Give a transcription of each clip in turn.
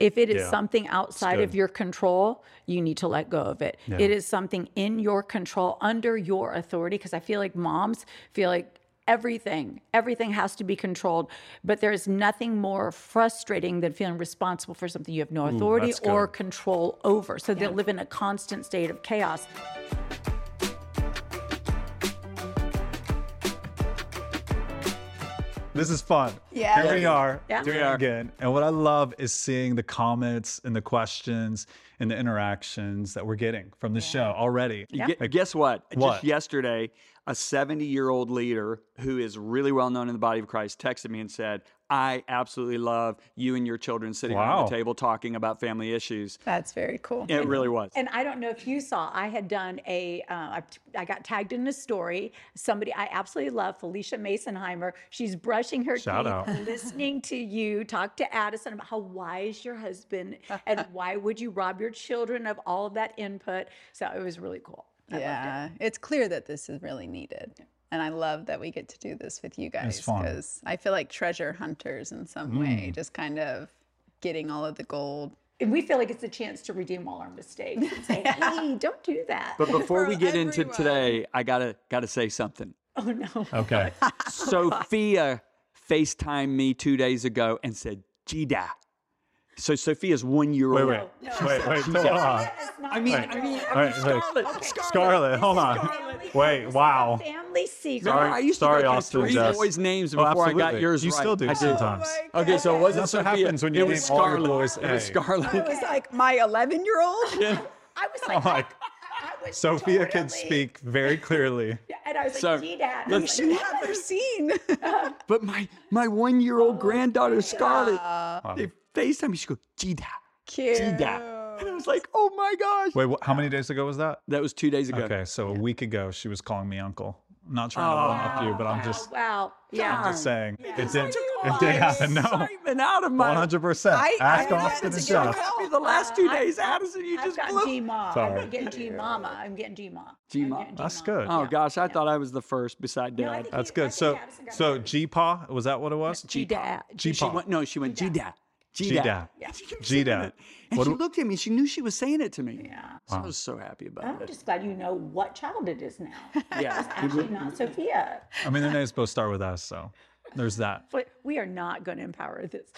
If it is Yeah. something outside of good. your control, you need to let go of it. It is something in your control, under your authority, because I feel like moms feel like everything, everything has to be controlled. But there is nothing more frustrating than feeling responsible for something you have no authority that's good. or control over. So they live in a constant state of chaos. This is fun. Yeah. Here we are. Yeah. Doing it again. And what I love is seeing the comments and the questions and the interactions that we're getting from the show already. Yeah. Gu- Guess what? What? Just yesterday, a 70 year old leader who is really well known in the body of Christ texted me and said, I absolutely love you and your children sitting around Wow. the table talking about family issues. That's very cool. It really was. And I don't know if you saw, I had done a, uh, I- I got tagged in a story. Somebody I absolutely love, Felicia Masonheimer. She's brushing her Shout teeth, out. listening to you talk to Addison about how wise your husband and why would you rob your children of all of that input. So it was really cool. I loved it. yeah. It's clear that this is really needed. And I love that we get to do this with you guys fun. Mm. because I feel like treasure hunters in some way, just kind of getting all of the gold. And we feel like it's a chance to redeem all our mistakes and say, hey, don't do that. But before we For get into everyone. today, I gotta gotta say something. oh, no. Okay. Sophia FaceTimed me two days ago and said, Gida. So Sophia's one year wait, old. wait. Wait, wait. Hold on. I mean, I mean, I All mean right, wait. Scarlett, Scarlett, hold on. Wait, wow. Family secret. Remember, I used sorry, to go Austin through three Jess. boys' names Oh, before I got absolutely. yours You right. still do I did. sometimes. Oh Okay, so it wasn't That's what Sophia. happens when you it was name all your Scarlett. boys It was A. It Scarlett. was like my 11 year old. I was Oh like, my. I was Sophia can totally- speak very clearly. And I was So, like, G-Dad. let's- She's never seen. But my my one year Oh, old granddaughter Scarlett, they FaceTime me. She goes, Gida, Cute. Gida. And I was like, oh my gosh. Wait, wh- how many days ago was that? That was two days ago. Okay, so a week ago she was calling me uncle. I'm not trying to one up you, but I'm just Oh, wow. Yeah. I'm just saying it did My it did happen. No. Excitement out of my. 100%. I- I Ask had Austin to the get show. a help. Uh, The last two days, Addison, you Uh, I've just gotten blew. G-Ma. Sorry. I'm getting G-Mama. I'm getting G-Ma. G-Ma. That's good. Oh gosh, I thought I was the first beside I Dad. think That's I good. think So Addison got so it. G-Paw, was that what it was? G-Dad. G- she G-Paw. went, no, she went Gida, Gida, G-Da. Gida. And What she do- looked at me. She knew she was saying it to me. Yeah. So I was so happy about I'm it. just glad you know what child it is now. Yeah. Actually, not Sophia. I mean, their names both start with S, so there's that. But we are not going to empower this.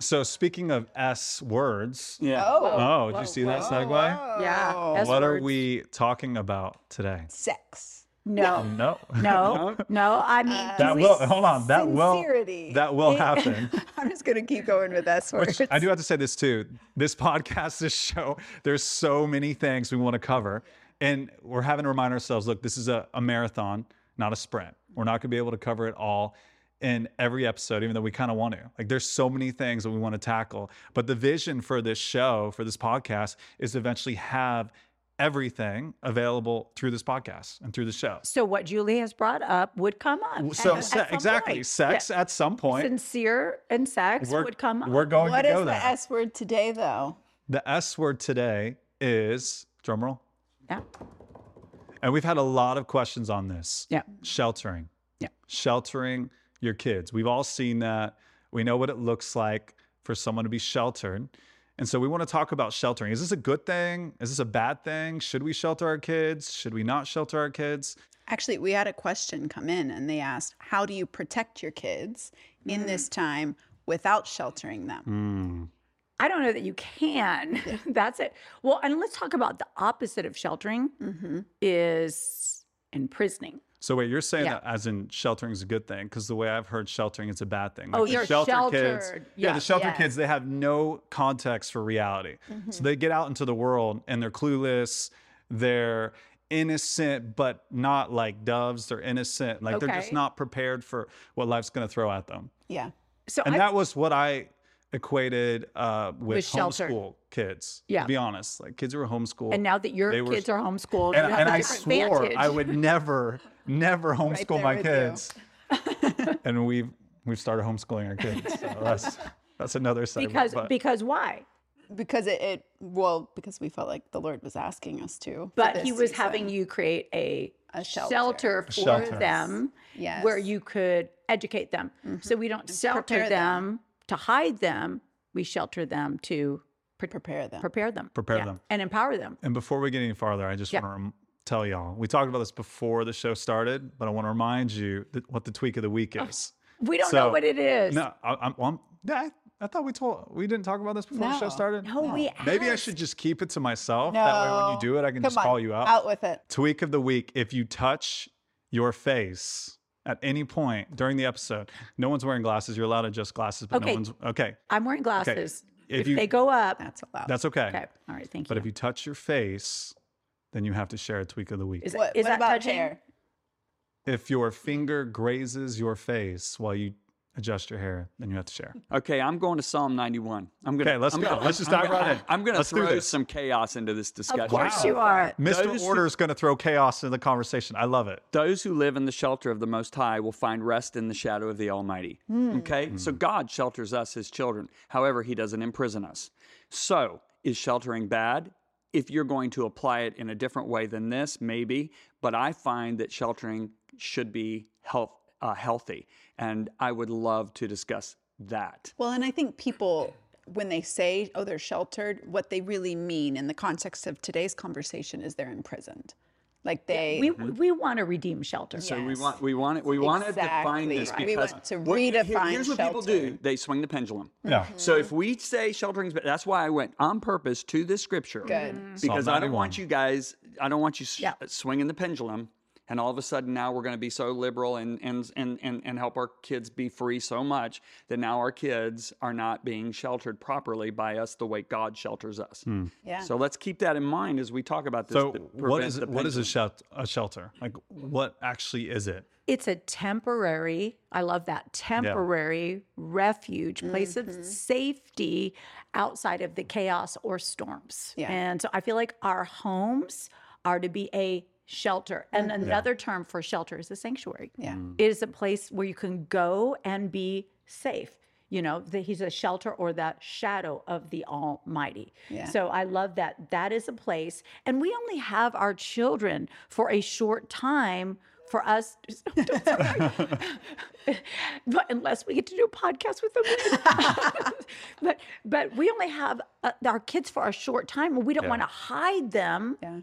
So speaking of S words, Yeah. oh, did you see that segue? yeah. S Oh. What are words. we talking about today? Sex. No. No. No. No. I mean, That will hold on. That Sincerity. will that will happen. I'm just going to keep going with S words. Which I do have to say this too. This podcast, this show, there's so many things we want to cover. And we're having to remind ourselves look, this is a, a marathon, not a sprint. We're not going to be able to cover it all in every episode, even though we kind of want to. Like, there's so many things that we want to tackle. But the vision for this show, for this podcast, is to eventually have everything available through this podcast and through the show. so what Julie has brought up would come up. So, at- se- at some exactly, point. sex at some Yeah. point. Sincere and sex we're, would come up. we're going What to is go the there. S word today, though? The S word today is drumroll. Yeah. And we've had a lot of questions on this. Yeah. Sheltering. Yeah. Sheltering your kids. We've all seen that. We know what it looks like for someone to be sheltered. And so we want to talk about sheltering. Is this a good thing? Is this a bad thing? Should we shelter our kids? Should we not shelter our kids? Actually, we had a question come in and they asked, How do you protect your kids in this time without sheltering them? Mm. I don't know that you can. That's it. Well, and let's talk about the opposite of sheltering Mm-hmm. is imprisoning. So wait, you're saying Yeah. that as in sheltering is a good thing because the way I've heard sheltering is a bad thing. Oh, the you're kids. sheltered. Yeah, Yeah. the shelter Yeah. kids, they have no context for reality. Mm-hmm. So they get out into the world and they're clueless, they're innocent but not like doves, they're innocent. Like they're just Okay. not prepared for what life's going to throw at them. Yeah. So And I, that was what I equated uh, with, With shelter. homeschool kids. Yeah. To be honest, like kids who were homeschooled. and now that your they were- kids are homeschooled, and, you have and a I different swore advantage. I would never, never homeschool there my with you. kids. and we've we've started homeschooling our kids. So that's that's another side. because but because why? Because it, it, well, because we felt like the Lord was asking us to. for But he this was season. having you create a, A shelter. for shelter. them Yes. Mm-hmm. where you could educate them. So we don't shelter prepare them, them. to hide them. we shelter them to prepare them. prepare them, Prepare Yeah. them. and empower them. And before we get any farther, I just Yeah. want to rem- tell y'all we talked about this before the show started, but I want to remind you that what the tweak of the week is. We don't So- know what it is. No, I, I'm, well, I'm, yeah, I, I thought we told we didn't talk about this before the show No. started. No, we Maybe I asked. should just keep it to myself. That way, when you No. do it, I can Come just on, call you out. Out with it. Tweak of the week: If you touch your face at any point during the episode, no one's wearing glasses. You're allowed to adjust glasses, but no Okay. one's okay. I'm wearing Okay. glasses. If If, you- they go up, That's allowed. That's okay. okay. All right, thank But you. if you touch your face, then you have to share a tweak of the week. Is what is what that about touching? hair? If your finger grazes your face while you adjust your hair, then you have to share. oh. Okay, I'm going to Psalm 91. I'm gonna. Okay, let's I'm go. gonna- Let's just I'm dive gonna- right in. I'm gonna Let's do throw this. some chaos into this discussion. Of course you are. Mr. Those who- Order is going to throw chaos into the conversation. I love it. Those who live in the shelter of the Most High will find rest in the shadow of the Almighty. Hmm. Okay? So God shelters us, His children. However, He doesn't imprison us. So, is sheltering bad? If you're going to apply it in a different way than this, maybe, but I find that sheltering should be health, uh, healthy. And I would love to discuss that. Well, and I think people, when they say, oh, they're sheltered, what they really mean in the context of today's conversation is they're imprisoned. Like they. We mm-hmm. we want to redeem shelter. So we want we want it we want to define Exactly. this Right. We because want to what- here- redefine here's what people shelter. Hmm. do: they swing the pendulum. Yeah. Mm-hmm. Mm-hmm. So if we say sheltering, but that's why I went on purpose to this scripture. Good. Mhm. Because Mm-hmm. Psalm I don't 91. want you guys, I don't want you s Yeah. swinging the pendulum. And all of a sudden now we're going to be so liberal and, and, and, and, and help our kids be free so much that now our kids are not being sheltered properly by us the way God shelters us. Yeah. So let's keep that in mind as we talk about this. Hmm. So to what prevent is the what is a, pendulum. shel- a shelter? Like what actually is it? It's a temporary, I love that, temporary refuge, place of safety outside of the chaos or storms. Yeah. And so I feel like our homes are to be a shelter. And another term for shelter is a sanctuary. Yeah. Mm. It is a place where you can go and be safe. You know, that he's a shelter or that shadow of the Almighty. Yeah. So I love that. That is a place. And we only have our children for a short time for us, but unless we get to do a podcast with them. but but we only have uh, our kids for a short time. and We don't want to hide them yeah.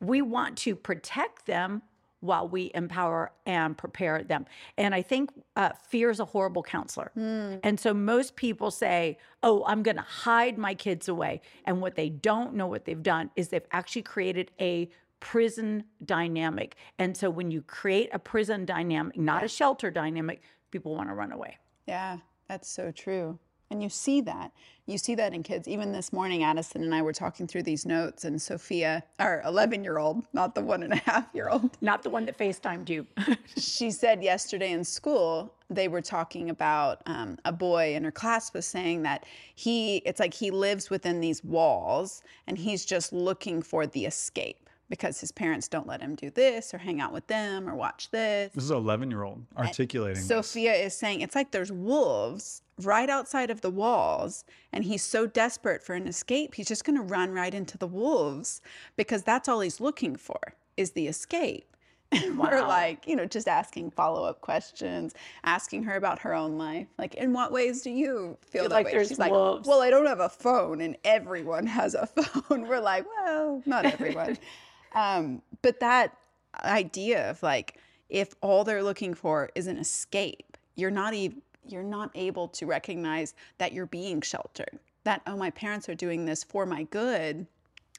we want to protect them while we empower and prepare them. And I think uh, fear is a horrible counselor. And so most people say, oh, I'm going to hide my kids away. And what they don't know, what they've done, is they've actually created a prison dynamic. And so when you create a prison dynamic, not a shelter dynamic, people want to run away. Yeah, that's so true. And you see that. You see that in kids. Even this morning, Addison and I were talking through these notes, and Sophia, our 11 year old, not the one and a half year old, Not the one that FaceTimed you. she said yesterday in school, they were talking about um, a boy in her class was saying that he, it's like he lives within these walls and he's just looking for the escape because his parents don't let him do this or hang out with them or watch this. This is an 11 year old articulating. this. Sophia is saying it's like there's wolves right outside of the walls, and he's so desperate for an escape, he's just going to run right into the wolves because that's all he's looking for is the escape. And We're like, you know, just asking follow up questions, asking her about her own life. Like, in what ways do you feel, that like way? there's She's like, wolves. well, I don't have a phone, and everyone has a phone. We're like, well, not everyone. um, but that idea of like, if all they're looking for is an escape, you're not even you're not able to recognize that you're being sheltered. That oh, my parents are doing this for my good.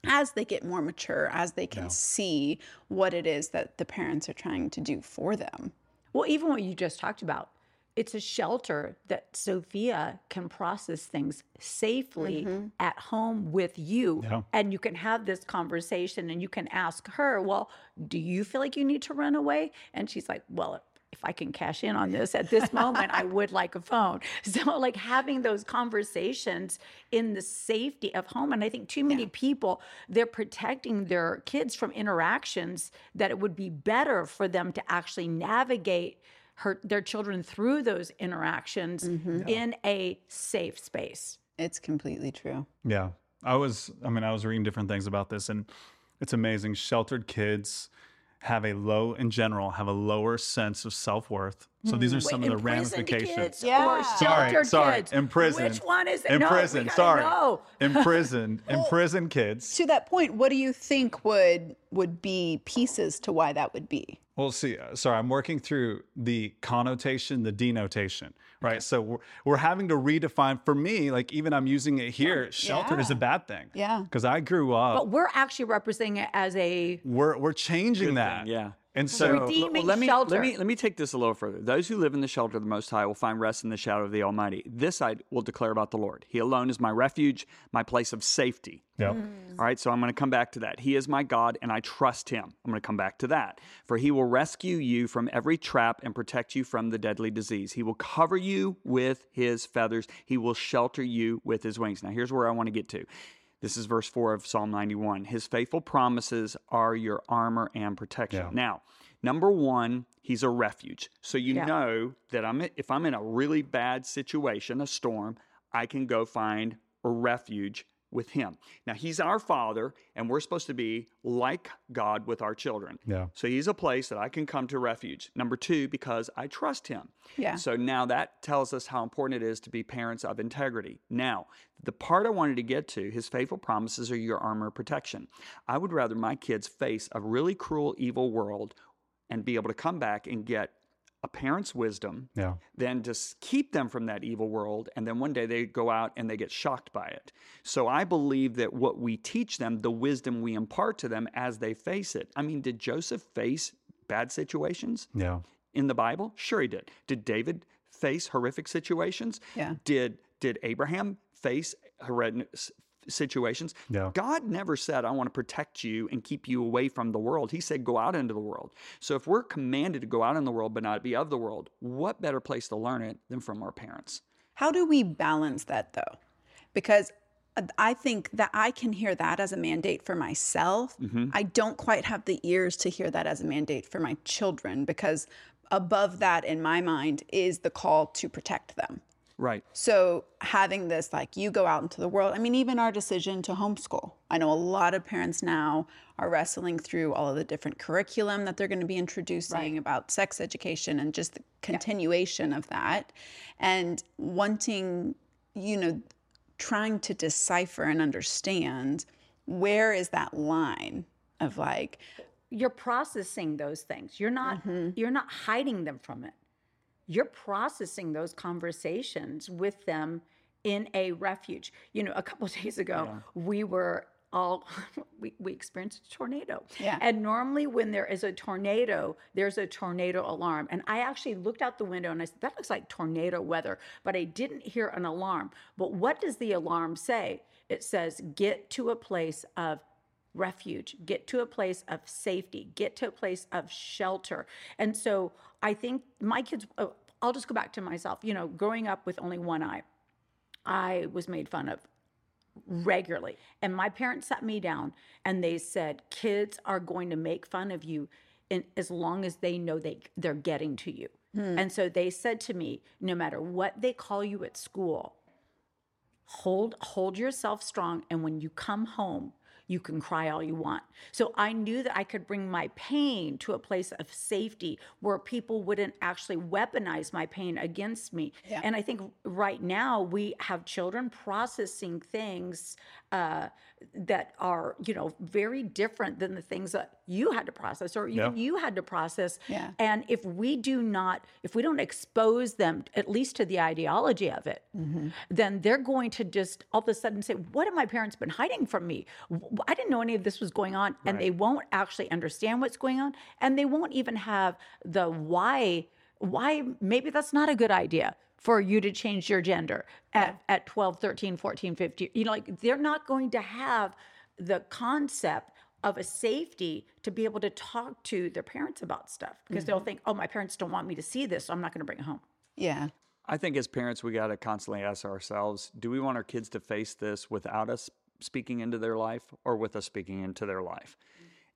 As they get more mature, as they can see what it is that the parents are trying to do for them. Well, even what you just talked about, it's a shelter that Sophia can process things safely at home with you. Yeah. And you can have this conversation and you can ask her, Well, do you feel like you need to run away? And she's like, Well, if I can cash in on this at this moment, I would like a phone. So, like having those conversations in the safety of home. And I think too many people, they're protecting their kids from interactions that it would be better for them to actually navigate her, their children through those interactions in a safe space. It's completely true. Yeah. I was I mean I was reading different things about this and it's amazing sheltered kids have a low in general have a lower sense of self-worth so these are some of the Mm. Imprisoned ramifications Kids Yeah. Or sorry sheltered sorry kids. imprisoned Which one is it? No, we imprisoned gotta sorry know. imprisoned imprisoned kids to that point, what do you think would would be pieces to why that would be? Well, see, uh, sorry, I'm working through the connotation, the denotation, right? So we're, we're having to redefine. For me, like even I'm using it here, sheltered is a bad thing. Yeah. Because I grew up, But we're actually representing it as a we're we're changing that. yeah. And so, redeem- Redeeming let me, shelter. Let me, let me take this a little further. Those who live in the shelter of the Most High will find rest in the shadow of the Almighty. This I will declare about the Lord. He alone is my refuge, my place of safety. yeah. All right, so I'm going to come back to that. He is my God, and I trust him. I'm going to come back to that. For he will rescue you from every trap and protect you from the deadly disease. He will cover you with his feathers, he will shelter you with his wings. Now, here's where I want to get to. This is verse 4 of Psalm 91. His faithful promises are your armor and protection. Yeah. Now, number one, he's a refuge. So you Yeah. know that I'm if I'm in a really bad situation, a storm, I can go find a refuge with him. Now he's our father, and we're supposed to be like God with our children. Yeah. So he's a place that I can come to refuge. Number two, because I trust him. Yeah. So now that tells us how important it is to be parents of integrity. Now, the part I wanted to get to, his faithful promises are your armor of protection. I would rather my kids face a really cruel, evil world and be able to come back and get a parent's wisdom Yeah. than to s- keep them from that evil world. And then one day they go out and they get shocked by it. So I believe that what we teach them, the wisdom we impart to them as they face it. I mean, did Joseph face bad situations? Yeah. in the Bible? Sure he did. Did David face horrific situations? Yeah. Did did Abraham face horrendous situations? Yeah. God never said, I want to protect you and keep you away from the world. He said, go out into the world. So if we're commanded to go out in the world but not be of the world, what better place to learn it than from our parents? How do we balance that though? Because uh, I think that I can hear that as a mandate for myself. I don't quite have the ears to hear that as a mandate for my children because above that in my mind is the call to protect them. Right. So having this, like you go out into the world, I mean, even our decision to homeschool. I know a lot of parents now are wrestling through all of the different curriculum that they're going to be introducing about sex education and just the continuation of that and wanting, you know, trying to decipher and understand where is that line of like, you're processing those things. You're not you're not hiding them from it. You're processing those conversations with them in a refuge. You know, a couple days ago, we were all we, we experienced a tornado. Yeah. And normally when there is a tornado, there's a tornado alarm. And I actually looked out the window and I said, that looks like tornado weather, but I didn't hear an alarm. But what does the alarm say? It says, get to a place of refuge, get to a place of safety, get to a place of shelter. And so I think my kids, oh, I'll just go back to myself, you know, growing up with only one eye, I was made fun of regularly. And my parents sat me down and they said, kids are going to make fun of you in, as long as they know they, they're getting to you. And so they said to me, no matter what they call you at school, hold hold yourself strong and when you come home you can cry all you want so i knew that i could bring my pain to a place of safety where people wouldn't actually weaponize my pain against me and i think right now we have children processing things uh, that are you know very different than the things that you had to process or even Yeah. you had to process Yeah. and if we do not, if we don't expose them at least to the ideology of it, then they're going to just all of a sudden say, What have my parents been hiding from me? W- I didn't know any of this was going on. And they won't actually understand what's going on. And they won't even have the why, why maybe that's not a good idea for you to change your gender at, at 12, 13, 14, 15. You know, like they're not going to have the concept of a safety to be able to talk to their parents about stuff because they'll Mm-hmm. think, oh, my parents don't want me to see this, so I'm not going to bring it home. yeah, I think as parents, we got to constantly ask ourselves do we want our kids to face this without us speaking into their life or with us speaking into their life?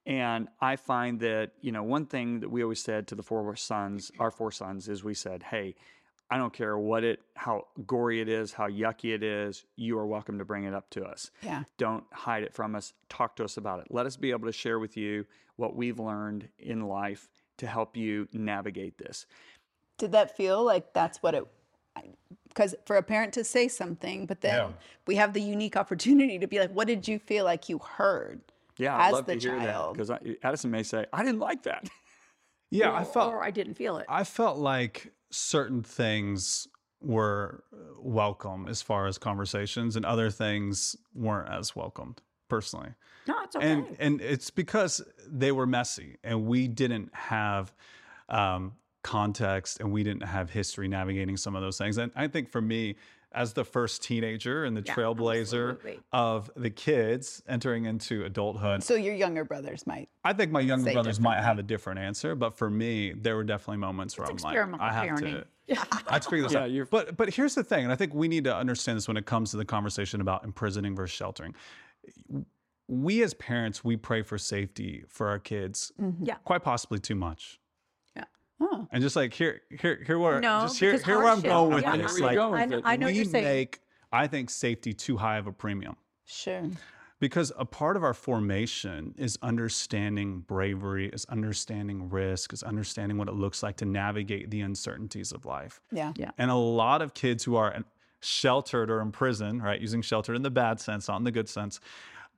And I find that, you know, one thing that we always said to the four sons, our four sons, is we said, hey, I don't care what it, how gory it is, how yucky it is. You are welcome to bring it up to us. Yeah. Don't hide it from us. Talk to us about it. Let us be able to share with you what we've learned in life to help you navigate this. Did that feel like that's what it? Because for a parent to say something, but then Yeah. we have the unique opportunity to be like, "What did you feel like you heard?" Yeah, I'd As love the to hear child. that because Addison may say, "I didn't like that." Yeah, I felt or I didn't feel it. I felt like certain things were uh, welcome as far as conversations, and other things weren't as welcomed personally. no, it's okay. And and it's because they were messy, and we didn't have um, context, and we didn't have history navigating some of those things. And I think for me, as the first teenager and the Yeah, trailblazer absolutely. of the kids entering into adulthood, So your younger brothers might. I think my younger Say brothers different might have a different answer, but for me, there were definitely moments where It's I'm like, experimental I have parenting. to, I have to figure this Yeah, out. you're- But but here's the thing, and I think we need to understand this when it comes to the conversation about imprisoning versus sheltering. We as parents, we pray for safety for our kids, Mm-hmm. Yeah. quite possibly too much. Yeah. Oh. And just like here, here, here, where No, just here, because here where I'm hardship. going with Yeah. this, Where like you going I, with kn- it? I know what we you're saying. make, I think safety too high of a premium Sure. because a part of our formation is understanding bravery is understanding risk is understanding what it looks like to navigate the uncertainties of life Yeah. Yeah. and a lot of kids who are sheltered or in prison right using sheltered in the bad sense not in the good sense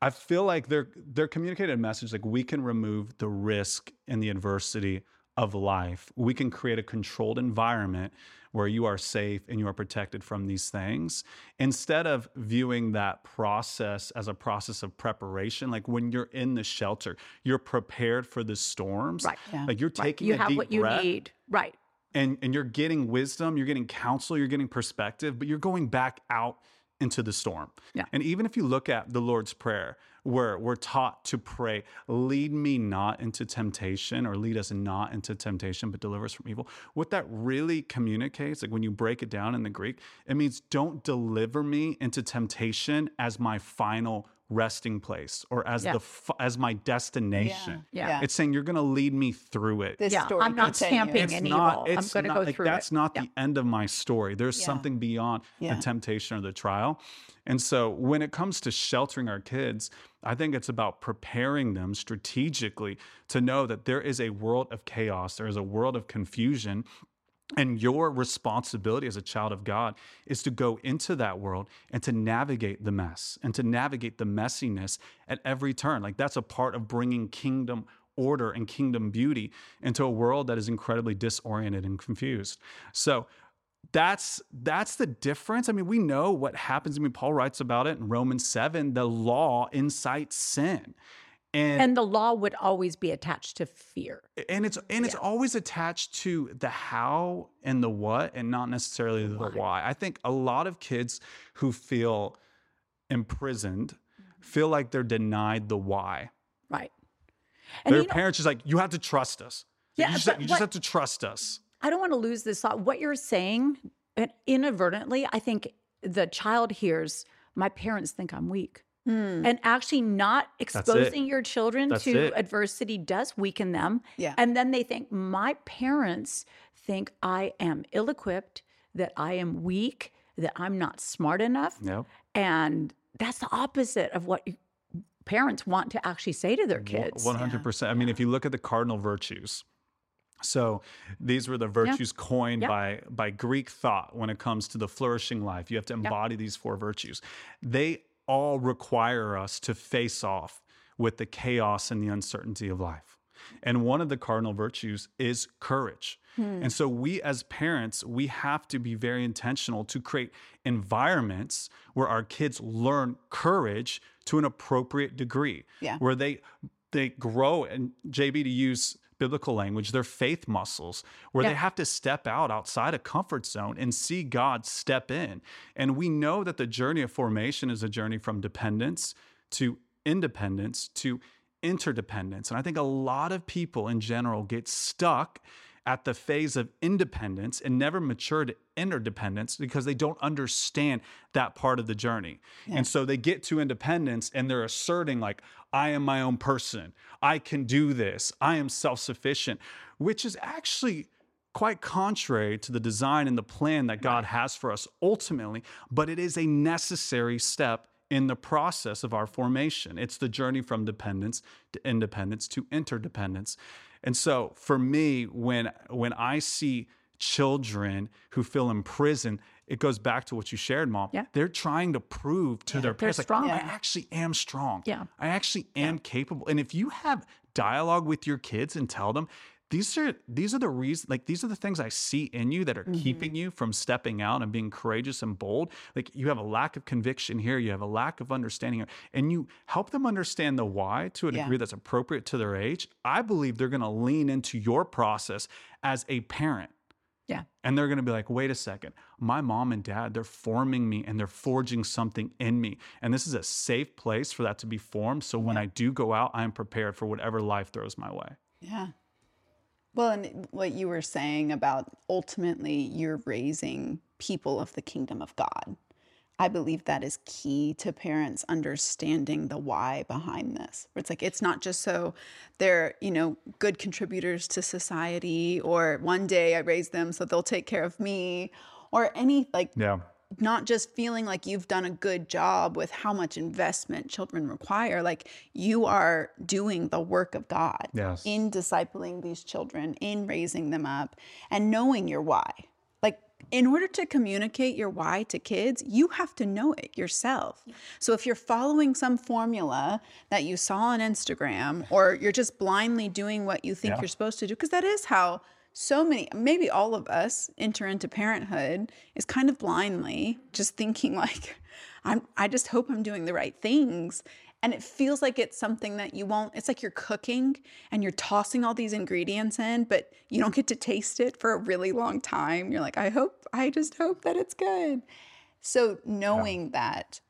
i feel like they're they're communicated a message like we can remove the risk and the adversity of life we can create a controlled environment where you are safe and you are protected from these things instead of viewing that process as a process of preparation like when you're in the shelter you're prepared for the storms Right. Yeah. like you're taking You a have deep what you breath need. Right. and and you're getting wisdom, you're getting counsel, you're getting perspective, but you're going back out into the storm. Yeah. And even if you look at the Lord's Prayer, where we're taught to pray, lead me not into temptation or lead us not into temptation, but deliver us from evil. What that really communicates, like when you break it down in the Greek, it means don't deliver me into temptation as my final resting place or as Yeah. the f- as my destination. Yeah. It's saying you're going to lead me through it This Yeah, story I'm not continues. camping it's and not, evil. I'm It's gonna not, go like, through that's it. not Yeah. the end of my story. There's Yeah. something beyond Yeah. the temptation or the trial. And so when it comes to sheltering our kids, I think it's about preparing them strategically to know that there is a world of chaos, there is a world of confusion. And your responsibility as a child of God is to go into that world and to navigate the mess and to navigate the messiness at every turn. Like that's a part of bringing kingdom order and kingdom beauty into a world that is incredibly disoriented and confused. So that's that's the difference. I mean, we know what happens. I mean, Paul writes about it in Romans 7, the law incites sin. And And the law would always be attached to fear. and it's and it's always attached to the how and the what and not necessarily the why. I think a lot of kids who feel imprisoned feel like they're denied the why. Right. And Their you know, parents is like, you have to trust us. Yeah, you just, but you just what- have to trust us. I don't want to lose this thought. What you're saying, and inadvertently, I think the child hears, my parents think I'm weak. Hmm. And actually, not Mm-hmm. it. exposing your children That's to it. adversity does weaken them. Yeah. And then they think, my parents think I am ill equipped, that I am weak, that I'm not smart enough. Yep. And that's the opposite of what parents want to actually say to their kids. One hundred percent. I mean, if you look at the cardinal virtues, so these were the virtues coined Yeah. by by Greek thought when it comes to the flourishing life. You have to embody these four virtues. They all require us to face off with the chaos and the uncertainty of life. And one of the cardinal virtues is courage. Hmm. And so we as parents, we have to be very intentional to create environments where our kids learn courage to an appropriate degree. Yeah. Where they they grow and JB to use biblical language, their faith muscles, where they Yeah. have to step out outside a comfort zone and see God step in. And we know that the journey of formation is a journey from dependence to independence to interdependence. And I think a lot of people in general get stuck at the phase of independence and never mature to interdependence because they don't understand that part of the journey. And so they get to independence and they're asserting, like, I am my own person. I can do this. I am self sufficient, which is actually quite contrary to the design and the plan that God has for us ultimately, but it is a necessary step in the process of our formation. It's the journey from dependence to independence to interdependence. And so for me, when when I see children who feel imprisoned, it goes back to what you shared, mom. Yeah. They're trying to prove to their parents, like, strong. I actually am strong. Yeah. I actually am capable. And if you have dialogue with your kids and tell them, these are these are the reasons like these are the things I see in you that are Mm-hmm. keeping you from stepping out and being courageous and bold. Like you have a lack of conviction here, you have a lack of understanding here, and you help them understand the why to a Yeah. degree that's appropriate to their age. I believe they're gonna lean into your process as a parent. Yeah. And they're going to be like, wait a second, my mom and dad, they're forming me and they're forging something in me. And this is a safe place for that to be formed. So when I do go out, I'm prepared for whatever life throws my way. Yeah. Well, and what you were saying about ultimately you're raising people of the kingdom of God. I believe that is key to parents understanding the why behind this. Where It's like it's not just so they're, you know, good contributors to society or one day I raise them so they'll take care of me or any like Yeah. not just feeling like you've done a good job with how much investment children require like you are doing the work of god Yes. in discipling these children in raising them up and knowing your why like in order to communicate your why to kids you have to know it yourself so if you're following some formula that you saw on instagram or you're just blindly doing what you think Yeah. you're supposed to do because that is how so many maybe all of us enter into parenthood is kind of blindly just thinking like i'm i just hope i'm doing the right things and it feels like it's something that you won't it's like you're cooking and you're tossing all these ingredients in but you don't get to taste it for a really long time you're like i hope i just hope that it's good so knowing that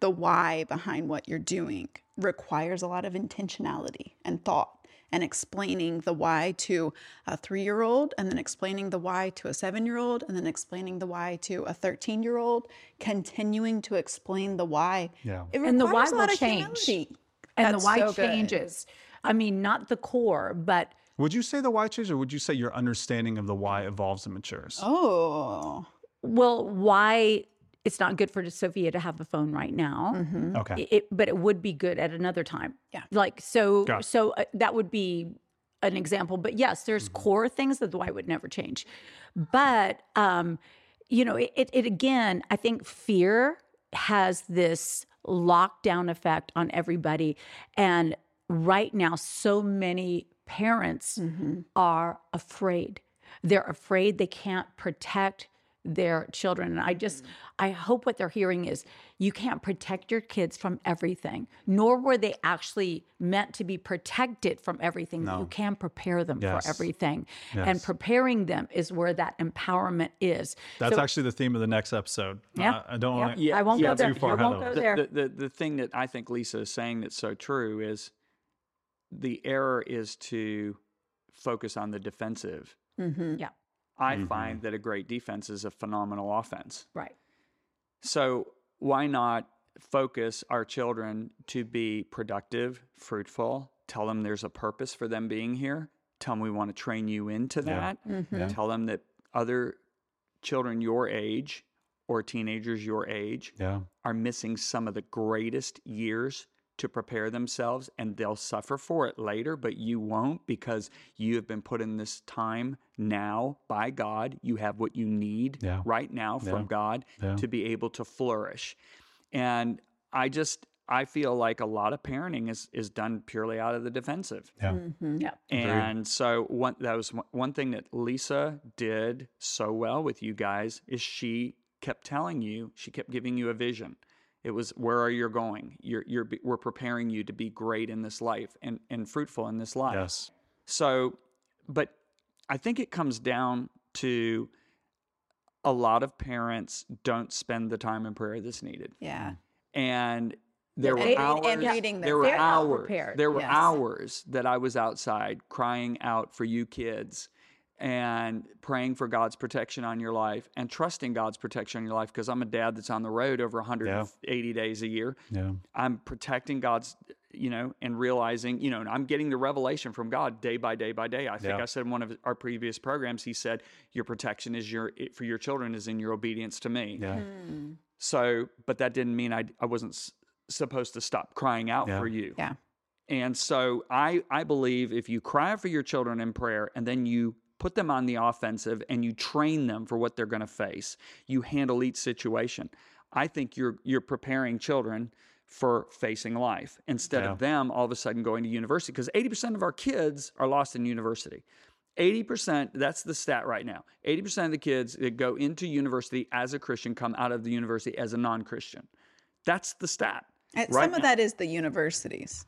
the why behind what you're doing requires a lot of intentionality and thought and explaining the why to a three year old and then explaining the why to a seven year old and then explaining the why to a 13 year old, continuing to explain the why. Yeah. It And the requires why a lot will of change. humility. And That's the why so good. changes. I mean, not the core, but Would you say the why changes or would you say your understanding of the why evolves and matures? Oh, well, why it's not good for Sophia to have a phone right now. Mm-hmm. Okay. It, but it would be good at another time. Yeah. Like so. Got it. So uh, that would be an example. But yes, there's Mm-hmm. core things that the why would never change. But um, you know, it, it, it again. I think fear has this lockdown effect on everybody, and right now, so many parents Mm-hmm. are afraid. They're afraid they can't protect their children. And I just, I hope what they're hearing is you can't protect your kids from everything, nor were they actually meant to be protected from everything. You can prepare them Yes. for everything. And preparing them is where that empowerment is. That's So- actually the theme of the next episode. Yeah. I, I don't Yeah. want I won't yeah, go there. too far I ahead won't of go us. the, there. The, the, the thing that I think Lisa is saying that's so true is the error is to focus on the defensive. mm-hmm. yeah. I find that a great defense is a phenomenal offense. Right. So why not focus our children to be productive, fruitful, tell them there's a purpose for them being here, tell them we want to train you into that, Mm-hmm. tell them that other children your age or teenagers your age Yeah. are missing some of the greatest years to prepare themselves and they'll suffer for it later, but you won't because you have been put in this time now by God. You have what you need Yeah. right now from Yeah. God Yeah. to be able to flourish. And I just, I feel like a lot of parenting is, is done purely out of the defensive. Yeah. Mm-hmm. Yeah. And so one that was one- one thing that Lisa did so well with you guys is she kept telling you, she kept giving you a vision. It was where are you going? You're you're be- we're preparing you to be great in this life and and fruitful in this life. Yes. So, but I think it comes down to a lot of parents don't spend the time in prayer that's needed Yeah. and there were and- hours. and reading there them. were They're not hours. prepared, There were yes. hours that I was outside crying out for you kids, and praying for God's protection on your life, and trusting God's protection on your life because I'm a dad that's on the road over 180 days a year. Yeah. I'm protecting God's you know, and realizing, you know, and I'm getting the revelation from God day by day by day. I think Yeah. I said in one of our previous programs, he said, Your protection is your for your children is in your obedience to me. Yeah. Mm. So, but that didn't mean I, I wasn't s- supposed to stop crying out Yeah. for you. Yeah. And so I, I believe if you cry for your children in prayer and then you put them on the offensive and you train them for what they're going to face, you handle each situation. I think you're you're preparing children for facing life instead of them all of a sudden going to university because 80% of our kids are lost in university. 80% that's the stat right now 80% of the kids that go into university as a christian come out of the university as a non-christian that's the stat And right some of now. that is the universities.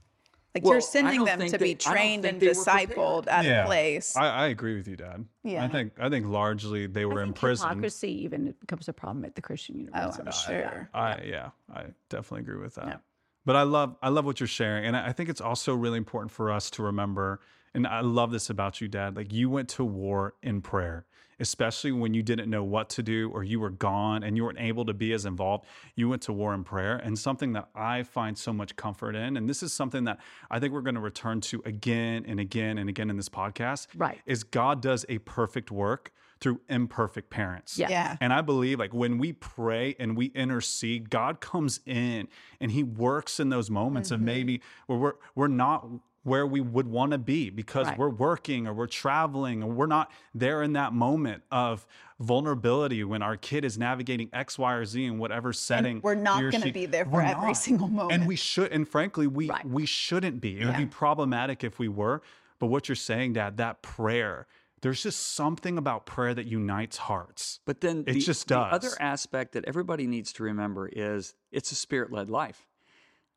Like Well, I you're sending don't them think to they- I be don't trained think and they were prepared. discipled at Yeah. a place. Oh, I, I agree with you, Dad. I Yeah. think I think largely they were I think imprisoned. Hypocrisy even becomes a problem at the Christian oh, university. I'm sure. I yeah, I definitely agree with that. But I love I love what you're sharing, and I I think it's also really important for us to remember. And I love this about you, Dad. Like you went to war in prayer, especially when you didn't know what to do or you were gone and you weren't able to be as involved. You went to war in prayer, and something that I find so much comfort in, and this is something that I think we're going to return to again and again and again in this podcast. Right. Is God does a perfect work through imperfect parents. Yes. Yeah. And I believe like when we pray and we intercede, God comes in and he works in those moments Mm-hmm. of maybe where we're we're not where we would want to be because Right. we're working or we're traveling or we're not there in that moment of vulnerability when our kid is navigating X, Y, or Z in whatever setting. we're not he or gonna she- be there for We're every single And moment. we should and frankly we Right. we shouldn't be. It would be problematic if we were. But what you're saying, Dad, that prayer, there's just something about prayer that unites hearts. But then It the, just the does. other aspect that everybody needs to remember is it's a spirit led life.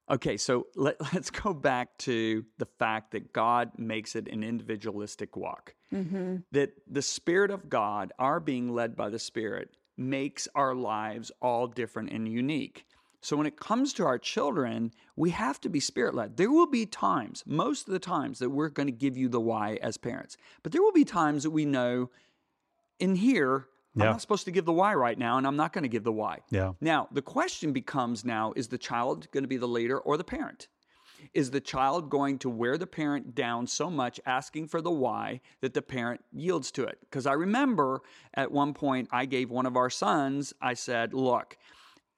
Okay, so let, let's go back to the fact that God makes it an individualistic walk. That the Spirit of God, our being led by the Spirit, makes our lives all different and unique. So when it comes to our children, we have to be spirit led. There will be times, most of the times, that we're going to give you the why as parents. But there will be times that we know in here, Yeah. I'm not supposed to give the why right now, and I'm not going to give the why. Yeah. Now, the question becomes now is the child going to be the leader or the parent? Is the child going to wear the parent down so much asking for the why that the parent yields to it? Because I remember at one point I gave one of our sons, I said, Look,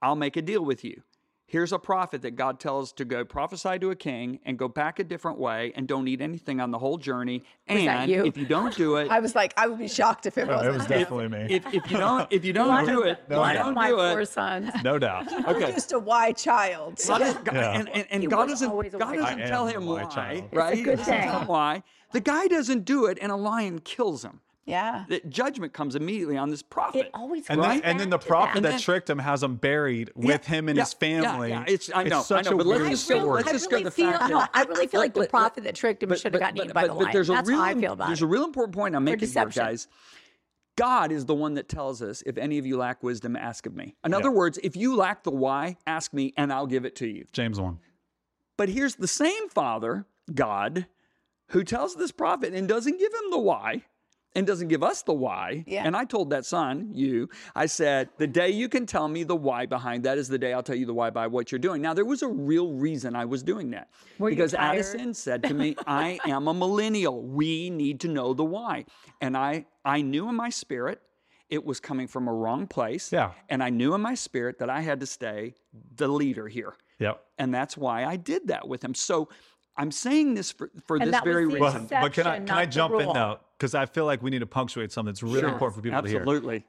I'll make a deal with you. Here's a prophet that God tells to go prophesy to a king and go back a different way and don't eat anything on the whole journey. And that you? if you don't do it, I was like, I would be shocked if it Oh, wasn't. definitely me. if, if you don't if you don't do it, No, if One you no. of don't my do four it. sons. No doubt. Okay. just a why child. So God is- God- Yeah. And, and, and It God was doesn't, always a God white doesn't child. tell I am him a white why, child. It's a right? He good doesn't tell thing. him why. The guy doesn't do it, and a lion kills him. yeah. The judgment comes immediately on this prophet. It always And goes then, back and then the to prophet that. that then- tricked him has him buried with him and yeah, his yeah, family. yeah. It's- I know, I such know, a but let's weird just get- story. let's I just get really the feel, fact no, that- I really feel like the but- prophet that tricked him should have gotten eaten by the lion. there's a That's real, how I feel about There's it. a real important point I'm making here, deception. guys. God is the one that tells us, if any of you lack wisdom, ask of me. In other words, if you lack the why, ask me and I'll give it to you. James one. But here's the same Father, God, who tells this prophet and doesn't give him the why and doesn't give us the why. Yeah. And I told that son, you, I said, the day you can tell me the why behind that is the day I'll tell you the why by what you're doing. Now, there was a real reason I was doing that. you because tired? Addison said to me, I am a millennial. We need to know the why. And I, I knew in my spirit, it was coming from a wrong place. Yeah. And I knew in my spirit that I had to stay the leader here. Yep. And that's why I did that with him. So I'm saying this for, for And this that was very the- reason. Well, But, but can I Exception, can I not the jump in rule. now? Because I feel like we need to punctuate something that's really important for people to hear. Absolutely.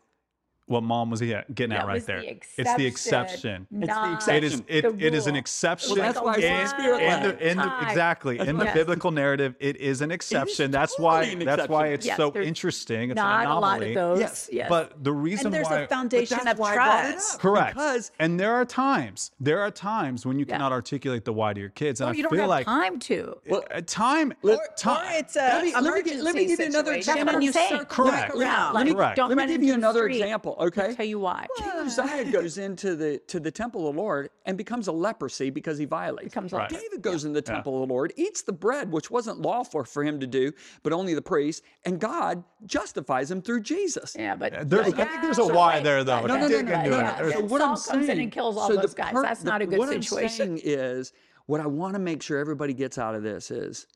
What mom was he at- getting at That right was there? The it's the exception. not It is it, the it is an rule. exception. Well, that's why it's in, spirit in led. the, in the, Right. exactly in the Yes. biblical narrative, it is an exception. that's why totally an that's why exception. it's Yes, so there's interesting. It's an Not a lot anomaly. of those. Yes, yes. But the reason And there's why a foundation that's of why I brought it trust. up. Correct. Because- and there are times, there are times when you cannot articulate the why to your kids, and Oh, I you don't feel have like time to. well, time, Or, or time. it's uh, a Let me- let me emergency get- let me give you another That's what example. situation. When I'm you saying. circle Correct. Like, around, Let like, me- Correct. Don't let me run give into you the another street example, and okay? Tell you why. King Uzziah goes into the to the temple of the Lord and becomes a leprosy because he violates. Becomes a Right. leper. David goes in the temple of the Lord, eats the bread which wasn't lawful for him to do, but only the priest, and God justifies him through Jesus. Yeah, but There's, I like, think there's a why there No, though. If no, you no, dig no, into no, it, yeah. there's- Saul comes in and kills all the those guys. That's the- not a good what situation. I'm saying is What I want to make sure everybody gets out of this is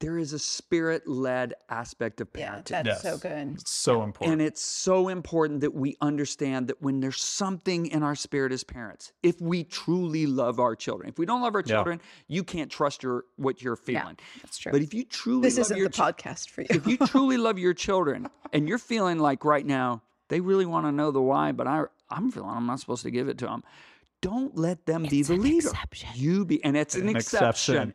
there is a spirit led aspect of Yeah, parenting. that's Yes. so good. It's so important. And it's so important that we understand that when there's something in our spirit as parents, if we truly love our children, if we don't love our children, you can't trust your what you're Yeah, feeling. that's true. But if you truly This love isn't your the chi- podcast for if you. you truly love your children and you're feeling like right now they really want to know the why, but I I'm feeling I'm not supposed to give it to them. Don't let them be the leader. exception. You be, and it's an, An exception.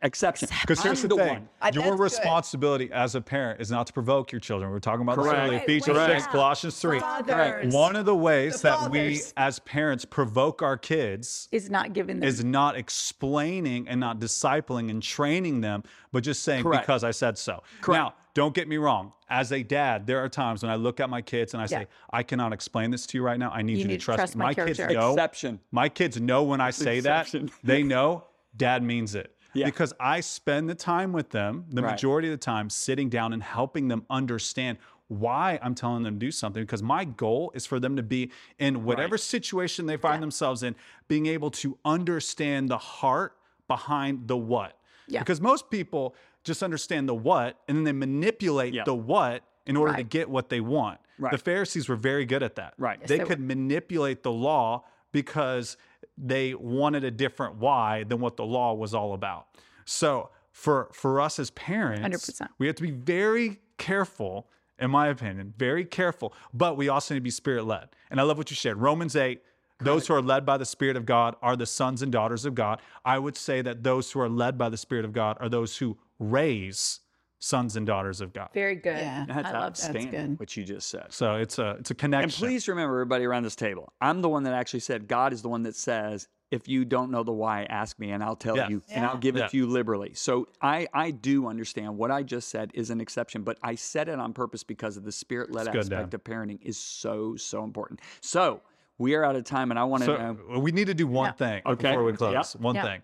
exception. Exception. Because here's I'm the thing: one. I- your that's good. responsibility as a parent is not to provoke your children. We We're talking about this Correct. earlier. Right, Ephesians right. six, Colossians three. Fathers. One of the ways The that we fathers. as parents provoke our kids is not given them. is not explaining and not discipling and training them, but just saying Correct. because I said so. Correct. Now, don't get me wrong. As a dad, there are times when I look at my kids and I say, I cannot explain this to you right now. I need you, need to trust, me." my my kids. character. Know, Exception. My kids know when I say Exception. that, they know dad means it. Yeah. Because I spend the time with them, the Right. majority of the time, sitting down and helping them understand why I'm telling them to do something. Because my goal is for them to be in whatever situation they find themselves in, being able to understand the heart behind the what. Yeah. Because most people just understand the what and then they manipulate Yeah. the what in order to Right. get what they want. Right. The Pharisees were very good at that Right. Yes, they, they could manipulate the law because they wanted a different why than what the law was all about. So for for us as parents, 100%. we have to be very careful, in my opinion, very careful. But we also need to be spirit led. And I love what you shared. Romans eight. Those who are led by the Spirit of God are the sons and daughters of God. I would say that those who are led by the Spirit of God are those who raise sons and daughters of God. Very good. Yeah. That's I love that. outstanding. good. What you just said. So it's a it's a connection. And please remember, everybody around this table, I'm the one that actually said, God is the one that says, if you don't know the why, ask me and I'll tell Yeah. you and I'll give Yeah. it to you liberally. So I, I do understand what I just said is an exception, but I said it on purpose because of the spirit led It's good, aspect of parenting is so, so important. So we are out of time and I want to know. So we need to do one thing Okay. before we close. Yeah. One Yeah. thing.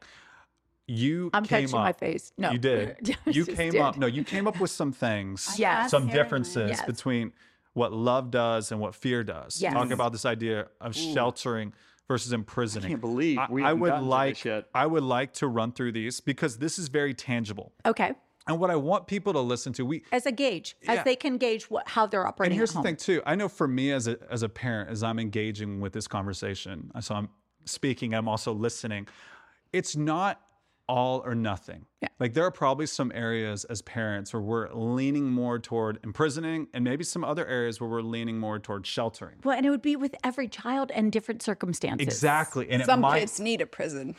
You I'm came touching up. my face. No. You did. I you just came did. up. No, you came up with some things. Yes. Some differences Yes. between what love does and what fear does. Yes. Talk about this idea of sheltering versus imprisoning. can't believe I, we I haven't would gotten to this like. yet. I would like to run through these because this is very tangible. Okay. And what I want people to listen to, we As a gauge, as they can gauge what how they're operating. and here's at the home. thing too. I know for me as a as a parent, as I'm engaging with this conversation, so I'm speaking, I'm also listening. It's not all or nothing. Yeah. Like there are probably some areas as parents where we're leaning more toward imprisoning, and maybe some other areas where we're leaning more toward sheltering. Well, and it would be with every child and different circumstances. Exactly, and it Some might kids need a prison.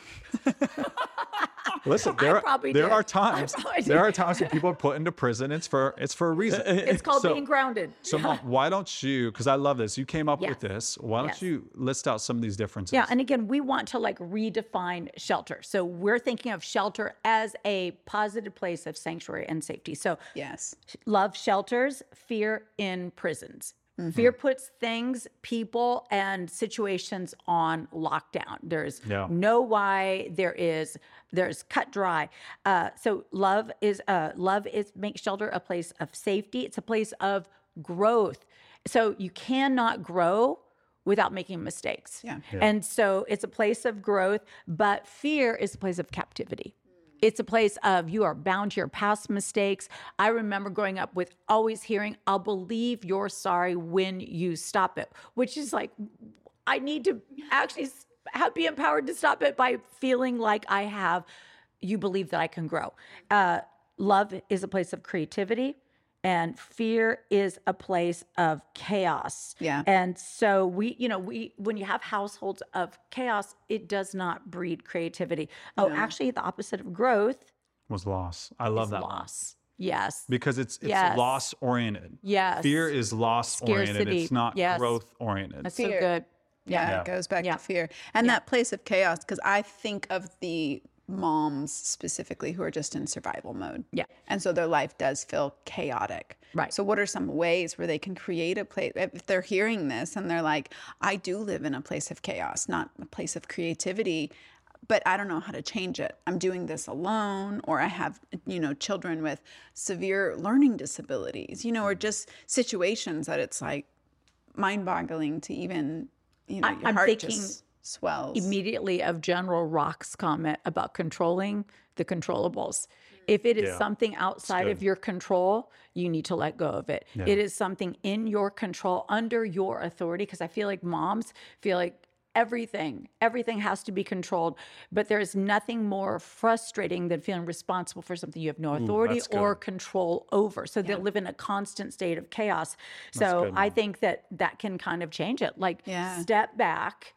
listen. There, are, probably there did. are I times probably did. there are times when people are put into prison. It's for it's for a reason. It's called So- being grounded. So, mom, why don't you? Because I love this. You came up Yes. with this. Why don't Yes. you list out some of these differences? Yeah, and again, we want to like redefine shelter. So we're thinking of shelter as a positive place of sanctuary and safety. So Yes. love shelters, fear in prisons. Mm-hmm. Fear puts things, people, and situations on lockdown. There's Yeah. no why. There is there's cut dry. Uh, so love is uh, love is make shelter a place of safety. It's a place of growth. So you cannot grow without making mistakes. Yeah. And so it's a place of growth, but fear is a place of captivity. It's a place of you are bound to your past mistakes. I remember growing up with always hearing, I'll believe you're sorry when you stop it, which is like, I need to actually s- ha- be empowered to stop it by feeling like I have, you believe that I can grow. Uh, love is a place of creativity, and fear is a place of chaos. Yeah. And so we, you know, we when you have households of chaos, it does not breed creativity. Oh, actually, the opposite of growth was loss. I love is that one. loss. Yes. because it's it's Yes. loss oriented. Yes. Fear is loss oriented. Scarcity. It's not Yes. growth oriented. That's so Fear. good. Yeah, Yeah. it goes back Yeah. to fear and that place of chaos. Because I think of the moms specifically who are just in survival mode. Yeah. And so their life does feel chaotic. Right. So, what are some ways where they can create a place? If they're hearing this and they're like, I do live in a place of chaos, not a place of creativity, but I don't know how to change it. I'm doing this alone, or I have, you know, children with severe learning disabilities, you know, or just situations that it's like mind boggling to even, you know, your I'm heart thinking just swells. immediately of General Rock's comment about controlling the controllables. If it is Yeah. something outside of good. your control, you need to let go of it. Yeah. It is something in your control, under your authority, because I feel like moms feel like everything, everything has to be controlled. But there is nothing more frustrating than feeling responsible for something you have no authority Mm, that's or good. control over. So they live in a constant state of chaos. So good, I Mom. think that that can kind of change it. Like, Yeah. step back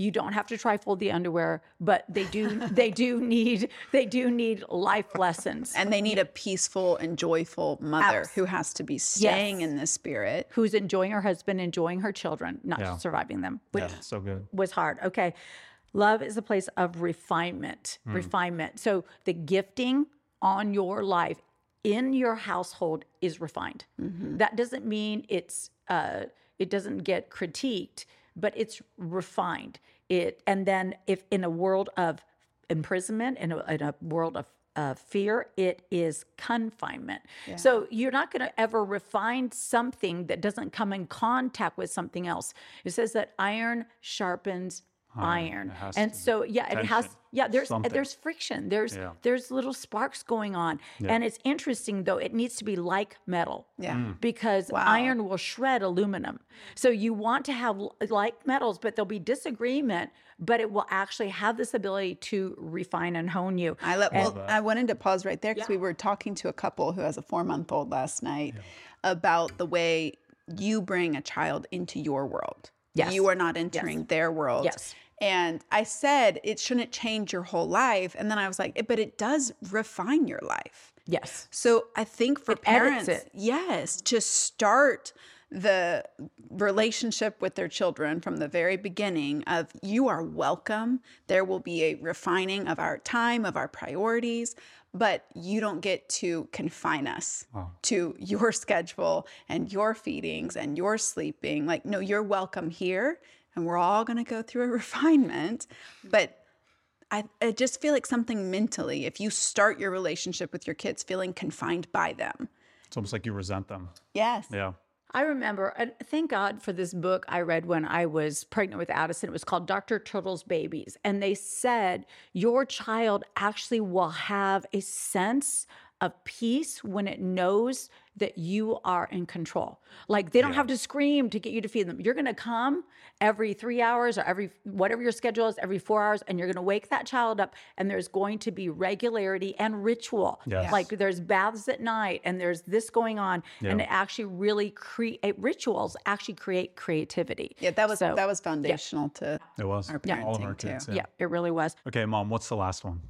you don't have to trifold the underwear but they do they do need they do need life lessons and they need a peaceful and joyful mother Abs- who has to be staying in the spirit. who's enjoying her husband enjoying her children not Yeah. surviving them which yeah, so good. was hard okay love is a place of refinement Hmm. refinement so the gifting on your life in your household is refined Mm-hmm. that doesn't mean it's uh, it doesn't get critiqued but it's refined it and then if in a world of imprisonment in a, in a world of uh, fear it is confinement so you're not going to ever refine something that doesn't come in contact with something else it says that iron sharpens iron, has and to. so yeah and it has Tension. yeah there's Something. there's friction there's Yeah. there's little sparks going on and it's interesting though it needs to be like metal Yeah. because iron will shred aluminum. So you want to have l- like metals, but there'll be disagreement, but it will actually have this ability to refine and hone you. I love. Well, I wanted to pause right there because we were talking to a couple who has a four-month-old last night about the way you bring a child into your world. Yes. You are not entering their world. Yes. And I said it shouldn't change your whole life, and then I was like, "Eh, but it does refine your life. Yes. So I think for edits parents, it. yes, to start the relationship with their children from the very beginning of you are welcome. There will be a refining of our time, of our priorities, but you don't get to confine us to your schedule and your feedings and your sleeping. Like, no, you're welcome here. And we're all going to go through a refinement, but I, I just feel like something mentally, if you start your relationship with your kids feeling confined by them. It's almost like you resent them. Yes. Yeah. I remember, and thank God for this book I read when I was pregnant with Addison. It was called Dr. Turtle's Babies. And they said your child actually will have a sense of peace when it knows that you are in control. Like they don't have to scream to get you to feed them. You're going to come every three hours or every whatever your schedule is, every four hours, and you're going to wake that child up. And there's going to be regularity and ritual. Yes. Like there's baths at night and there's this going on. And it actually really create rituals, actually create creativity. Yeah, that was So, that was foundational to It was. Our All of our parenting, too. kids. yeah, it really was. Okay, mom, what's the last one?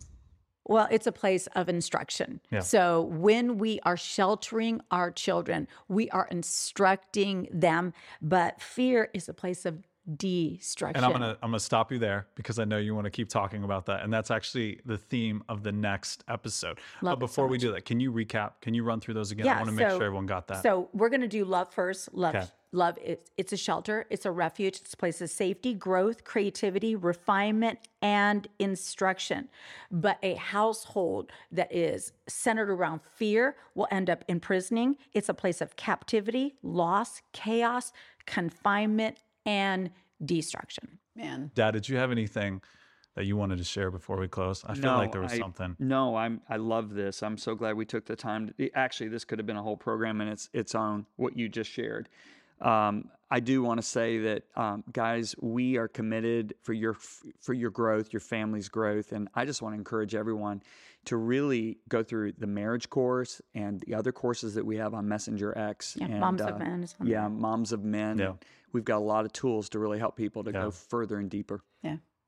Well, it's a place of instruction. Yeah. So when we are sheltering our children, we are instructing them, but fear is a place of destruction. And I'm gonna I'm gonna stop you there because I know you want to keep talking about that, and that's actually the theme of the next episode. but before we do that, can you recap? Can you run through those again? I Yeah, want to make so- sure everyone got that. So we're gonna do love first. Love, Okay. love. It's, it's a shelter. It's a refuge. It's a place of safety, growth, creativity, refinement, and instruction. But a household that is centered around fear will end up imprisoning. It's a place of captivity, loss, chaos, confinement, and destruction. man. Dad, did you have anything that you wanted to share before we close? I feel like there was I- something. No, I'm. I love this. I'm so glad we took the time. To, actually, this could have been a whole program in its its own. What you just shared. Um, I do want to say that, um, guys, we are committed for your f- for your growth, your family's growth, and I just want to encourage everyone to really go through the marriage course and the other courses that we have on Messenger X. Yeah, and, moms uh, of men. is on Yeah, there. moms of men. Yeah. We've got a lot of tools to really help people to Yeah. go further and deeper.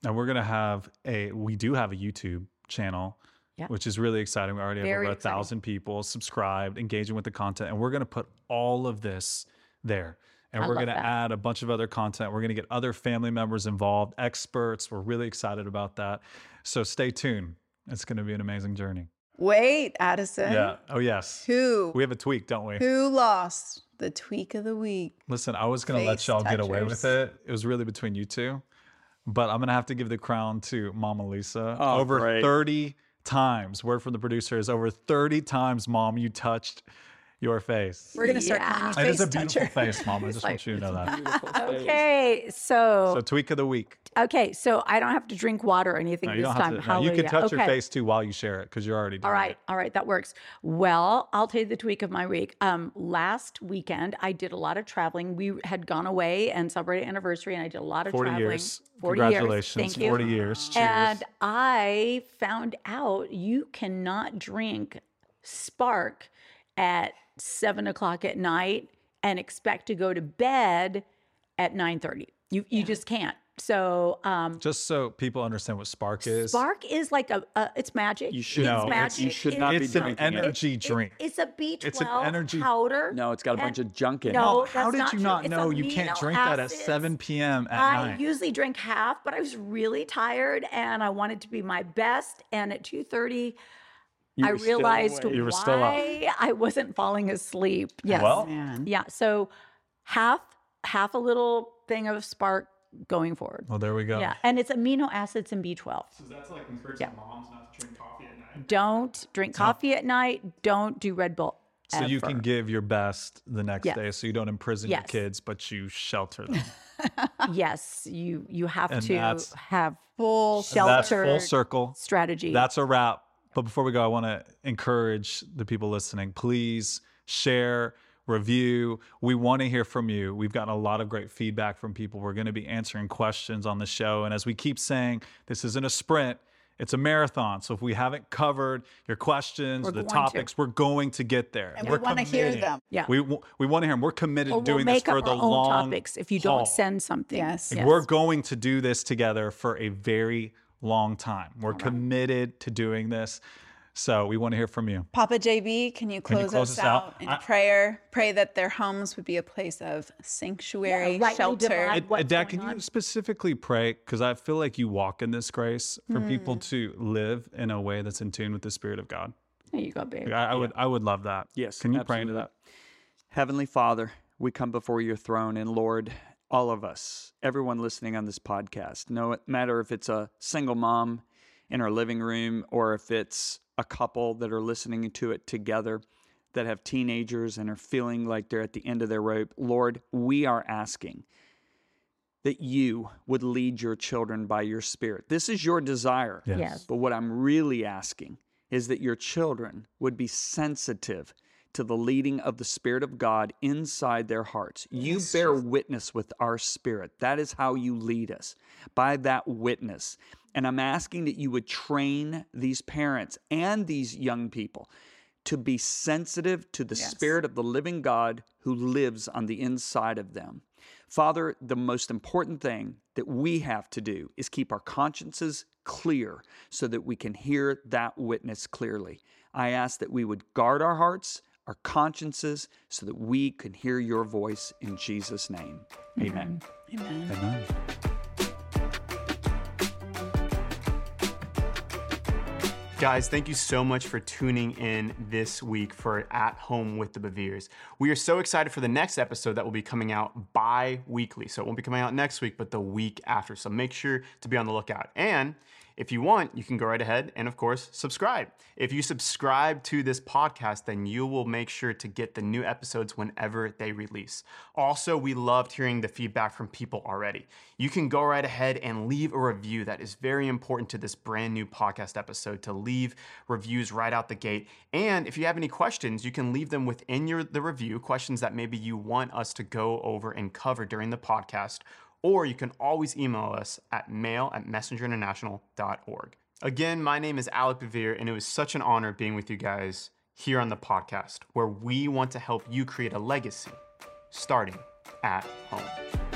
And we're gonna have a we do have a YouTube channel. Yeah. Which is really exciting. We already have Very over a exciting. thousand people subscribed, engaging with the content, and we're gonna put all of this there. And I we're love going to that. add a bunch of other content. We're going to get other family members involved, experts. We're really excited about that. So stay tuned. It's going to be an amazing journey. Wait, Addison. Yeah. Oh, yes. Who We have a tweak, don't we? who lost the tweak of the week? Listen, I was gonna let Face y'all get away with touchers. it. It was really between you two, but I'm gonna have to give the crown to Mama Lisa. Oh, over great. 30 times, word from the producer is over 30 times, Mom, you touched your face. We're gonna start Yeah. It calling you is face a beautiful toucher. face, Mom. I just want you to know that. Okay, so, So tweak of the week. okay, so I don't have to drink water or anything No, you this don't time. have to. no, you can Hallelujah. touch your Okay. face too while you share it because you're already doing All it. right, all right, that works. Well, I'll tell you the tweak of my week. Um, last weekend, I did a lot of traveling. We had gone away and celebrated anniversary, and I did a lot of Forty traveling. years. 40 years. Congratulations. Thank you. Forty years. Cheers. And I found out you cannot drink Spark at seven o'clock at night and expect to go to bed at nine thirty. You you just can't. So um, Just so people understand what spark is. Spark is like a, a it's magic. You should- it's No, it's- magic. you should It- not be It's an drinking it. energy it- drink. it's a B twelve. It's an energy- powder. No, it's got a bunch of junk in e No, that's it. How did not you true. not It's know you can't amino drink that at acids. 7 p.m. at I night? usually drink half, but I was really tired and I wanted to be my best. And at two thirty, You I were still realized awake. You were still up. why I wasn't falling asleep. Yes. Well, Man. yeah. So half half a little thing of spark going forward. well, there we go. Yeah, and it's amino acids and B12. So that's like encouraging moms not to drink coffee at night. Don't drink coffee at night. Don't do Red Bull. So you can ever. give your best the next Yeah. day so you don't imprison your Yes. kids, but you shelter them. yes, you you have And to that's- have Full That's shelter full circle. strategy. That's a wrap. But before we go, I want to encourage the people listening. Please share, review. We want to hear from you. We've gotten a lot of great feedback from people. We're going to be answering questions on the show. And as we keep saying, this isn't a sprint. It's a marathon. So if we haven't covered your questions, We're the going to. topics, we're going to get there. And We're we want to hear committed. them. Yeah. We, w- we want to hear them. We're committed or to we'll doing this make for up the our own long topics if you don't haul. send something. Yes. Like, We're going to do this together for a very long time. We're committed to doing this. So we want to hear from you. Papa JB, can you Can you close, close us us out, out? in I- prayer? Pray that their homes would be a place of sanctuary, rightly shelter. divide. what's uh, Dad, going can you on. specifically pray? Because I feel like you walk in this grace for people to live in a way that's in tune with the Spirit of God. There you go, babe. Like, I, I would, I would love that. Yes. Can you pray into absolutely. that? Heavenly Father, we come before your throne, and Lord, all of us, everyone listening on this podcast, no matter if it's a single mom in her living room or if it's a couple that are listening to it together that have teenagers and are feeling like they're at the end of their rope, Lord, we are asking that you would lead your children by your spirit. This is your desire. Yes. Yes. But what I'm really asking is that your children would be sensitive to the leading of the Spirit of God inside their hearts. You bear witness with our spirit. That is how you lead us, by that witness. And I'm asking that you would train these parents and these young people to be sensitive to the Spirit of the living God who lives on the inside of them. Father, the most important thing that we have to do is keep our consciences clear so that we can hear that witness clearly. I ask that we would guard our hearts, our consciences, so that we can hear your voice in Jesus' name. Amen. Amen. Amen. Guys, thank you so much for tuning in this week for At Home with the Beveres. We are so excited for the next episode that will be coming out bi weekly. So it won't be coming out next week, but the week after. So make sure to be on the lookout. And if you want, you can go right ahead and, of course, subscribe. If you subscribe to this podcast, then you will make sure to get the new episodes whenever they release. Also, we loved hearing the feedback from people already. You can go right ahead and leave a review. That is very important to this brand new podcast episode to leave reviews right out the gate. And if you have any questions, you can leave them within your the review, questions that maybe you want us to go over and cover during the podcast or you can always email us at mail at messengerinternational.org. Again, my name is Alec Bevere, and it was such an honor being with you guys here on the podcast, where we want to help you create a legacy starting at home.